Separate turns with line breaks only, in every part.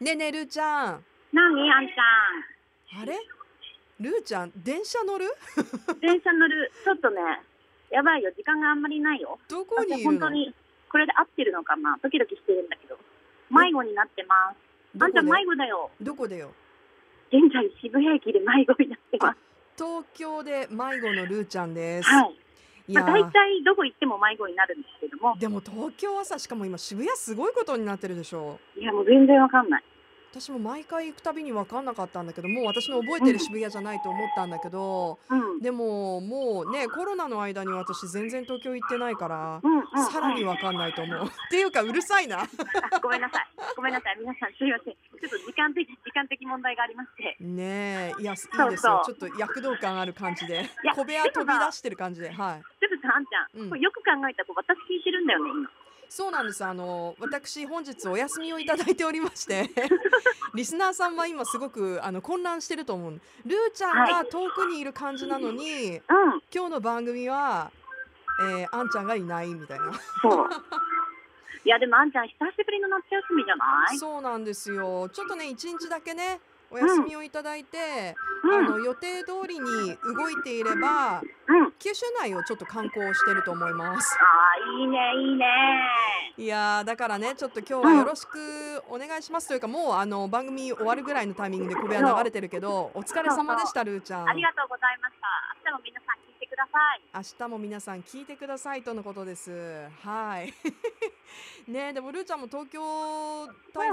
ねえねえるーちゃん
何あんちゃ
あれるーちゃん電車乗る
ん。電車乗る。ちょっとね、やばいよ。時間があんまりないよ。
どこにいる
本当
の
に、これで合ってるのかなドキドキしてるんだけど。迷子になってます。あ
ど
んちゃ
こ
ん
で
迷子だよ。
どこでよ
現在渋谷駅で迷子になってます。
東京で迷子のるーちゃんです、
はい。
い
ま
や
あ
ー、
大体どこ行っても迷子になるんですけども、
でも東京はさしかも今渋谷すごいことになってるでしょ
いやもう全然わかんない。
私も毎回行くたびに分かんなかったんだけどもう私の覚えてる渋谷じゃないと思ったんだけど
うん。うん
でももうねコロナの間に私全然東京行ってないから
うん、うん。
さらに分かんないと思うっていうかうるさいな
あごめんなさい。ごめんなさい。皆さんすいません。ちょっと時間的、時間的問題がありまして。
ねえいやすい
そ
いうですよ
そ
ちょっと躍動感ある感じで
いや
小部屋
でも
飛
さ
び出してる感じではい
ちょっとさ、あんちゃん、
うん
これよく考えたら、こう私聞いてるんだよね、今。
そうなんですあの私本日お休みをいただいておりまして リスナーさんは今すごくあの混乱してると思うルーちゃんが遠くにいる感じなのに、
うん。
今日の番組は、えー、あんちゃんがいないみたいな
そう。いや、でもあんちゃん、久しぶりの夏休みじゃない
そうなんですよちょっとね一日だけねお休みをいただいて、あの予定通りに動いていれば
うん。うん。
九州内をちょっと観光してると思います
ああ、いいね、いいね。
いやーだからねちょっと今日はよろしくお願いしますというかもうあの番組終わるぐらいのタイミングで小部屋流れてるけどお疲れ様でしたルーちゃん
ありがとうございました。明日も皆さん聞いてください。
明日も皆さん聞いてくださいとのことですはい ねえでもルーちゃんも東京滞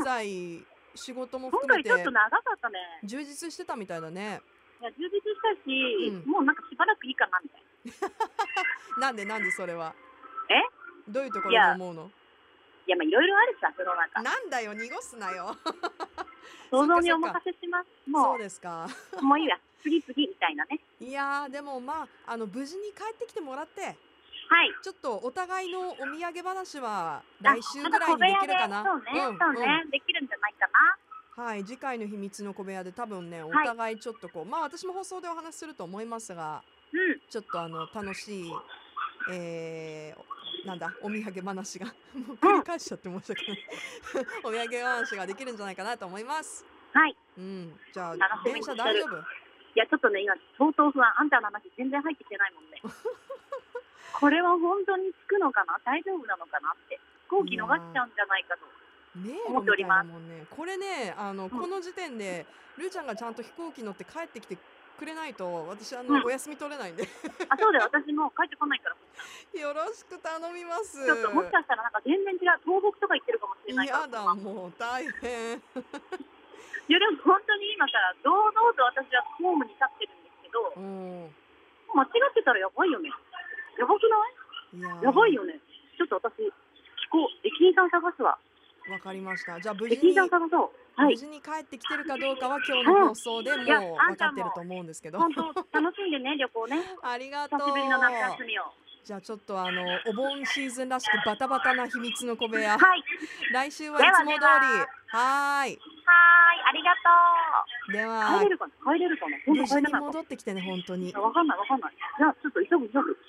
在仕事も
今
含め
回
て
ちょっと長かったね。
充実してたみたいだね
いや、充実したし、
うん
もうなんかしばらくいいかな、みたいな。
なんでなんでそれは
え
どういうところに思うの
いや、まあ、いろいろあるさ、世の中。
なんだよ濁すなよ
想像にお
そっ
任
か
せします。
そ
も
うですか
う、もういいや。次々みたいなね。
いやーでもまああの無事に帰ってきてもらって
はい。
ちょっとお互いのお土産話は
あ
来週ぐらいにできるかな。
また小部屋でそうね、そうね、できるんじゃないか
うんはい、次回の秘密の小部屋で多分ね、お
はい
互いちょっとこう、まあ私も放送でお話しすると思いますが、
な。うん。
ちょっとあの楽しい、えー、なんだ、お土産話が、もう繰り返しちゃって申し訳ない。 お土産話ができるんじゃないかなと思います。
はい。
うん、じゃあ
楽しみ
電
に
車
してる
大丈夫？
いや、ちょっとね、今、相当不安。あんたの話全然入ってきてないもん ね。これは本当につくのかな大丈夫なのかなって。飛行機逃しちゃうんじゃないか と。
迷
思
路
っ
み
てお
た
り
い
ま
な
す
もんね。これね、あの、この時点で、ルーちゃんがちゃんと飛行機乗って帰ってきてくれないと、私あの、
うん
お休み取れないんで。
あ、そうだよ。私もう帰ってこないから。ち
よろしく頼みます。
ょっともしかしたらなんか全然違う。東北とか行ってるかもしれないから。
嫌だもう大変。
いや、でも本当に今から、堂々と私はホームに立ってるんですけど、
うん。
間違ってたらやばいよね。やばくない
いやー
やばい。よね。ちょっと私、聞こう。駅員さん探すわ。
わかりました。じゃあ無事
駅員
に、
さん探そう。は
無
い。
事に帰ってきてるかどうかは今日の放送でもう
いや
分
あん
か
た
って
も
ると思うんですけど。
本当、楽しんでね、旅行ね。
ありがと
久
う
し。ぶりの夏休みを。
じゃあちょっとあのお盆シーズンらしくバタバタな秘密の小部屋。
はい。
来週はいつも通り。
では
は
で
ーい。
はーい、ありがと
で
う。
は
帰れるかな帰れるかな
無事
帰れ
に
なかっ
戻ってきてね本当に
た。。わかんないわかんない。じゃあ、ちょっと急ぐ急ぐ。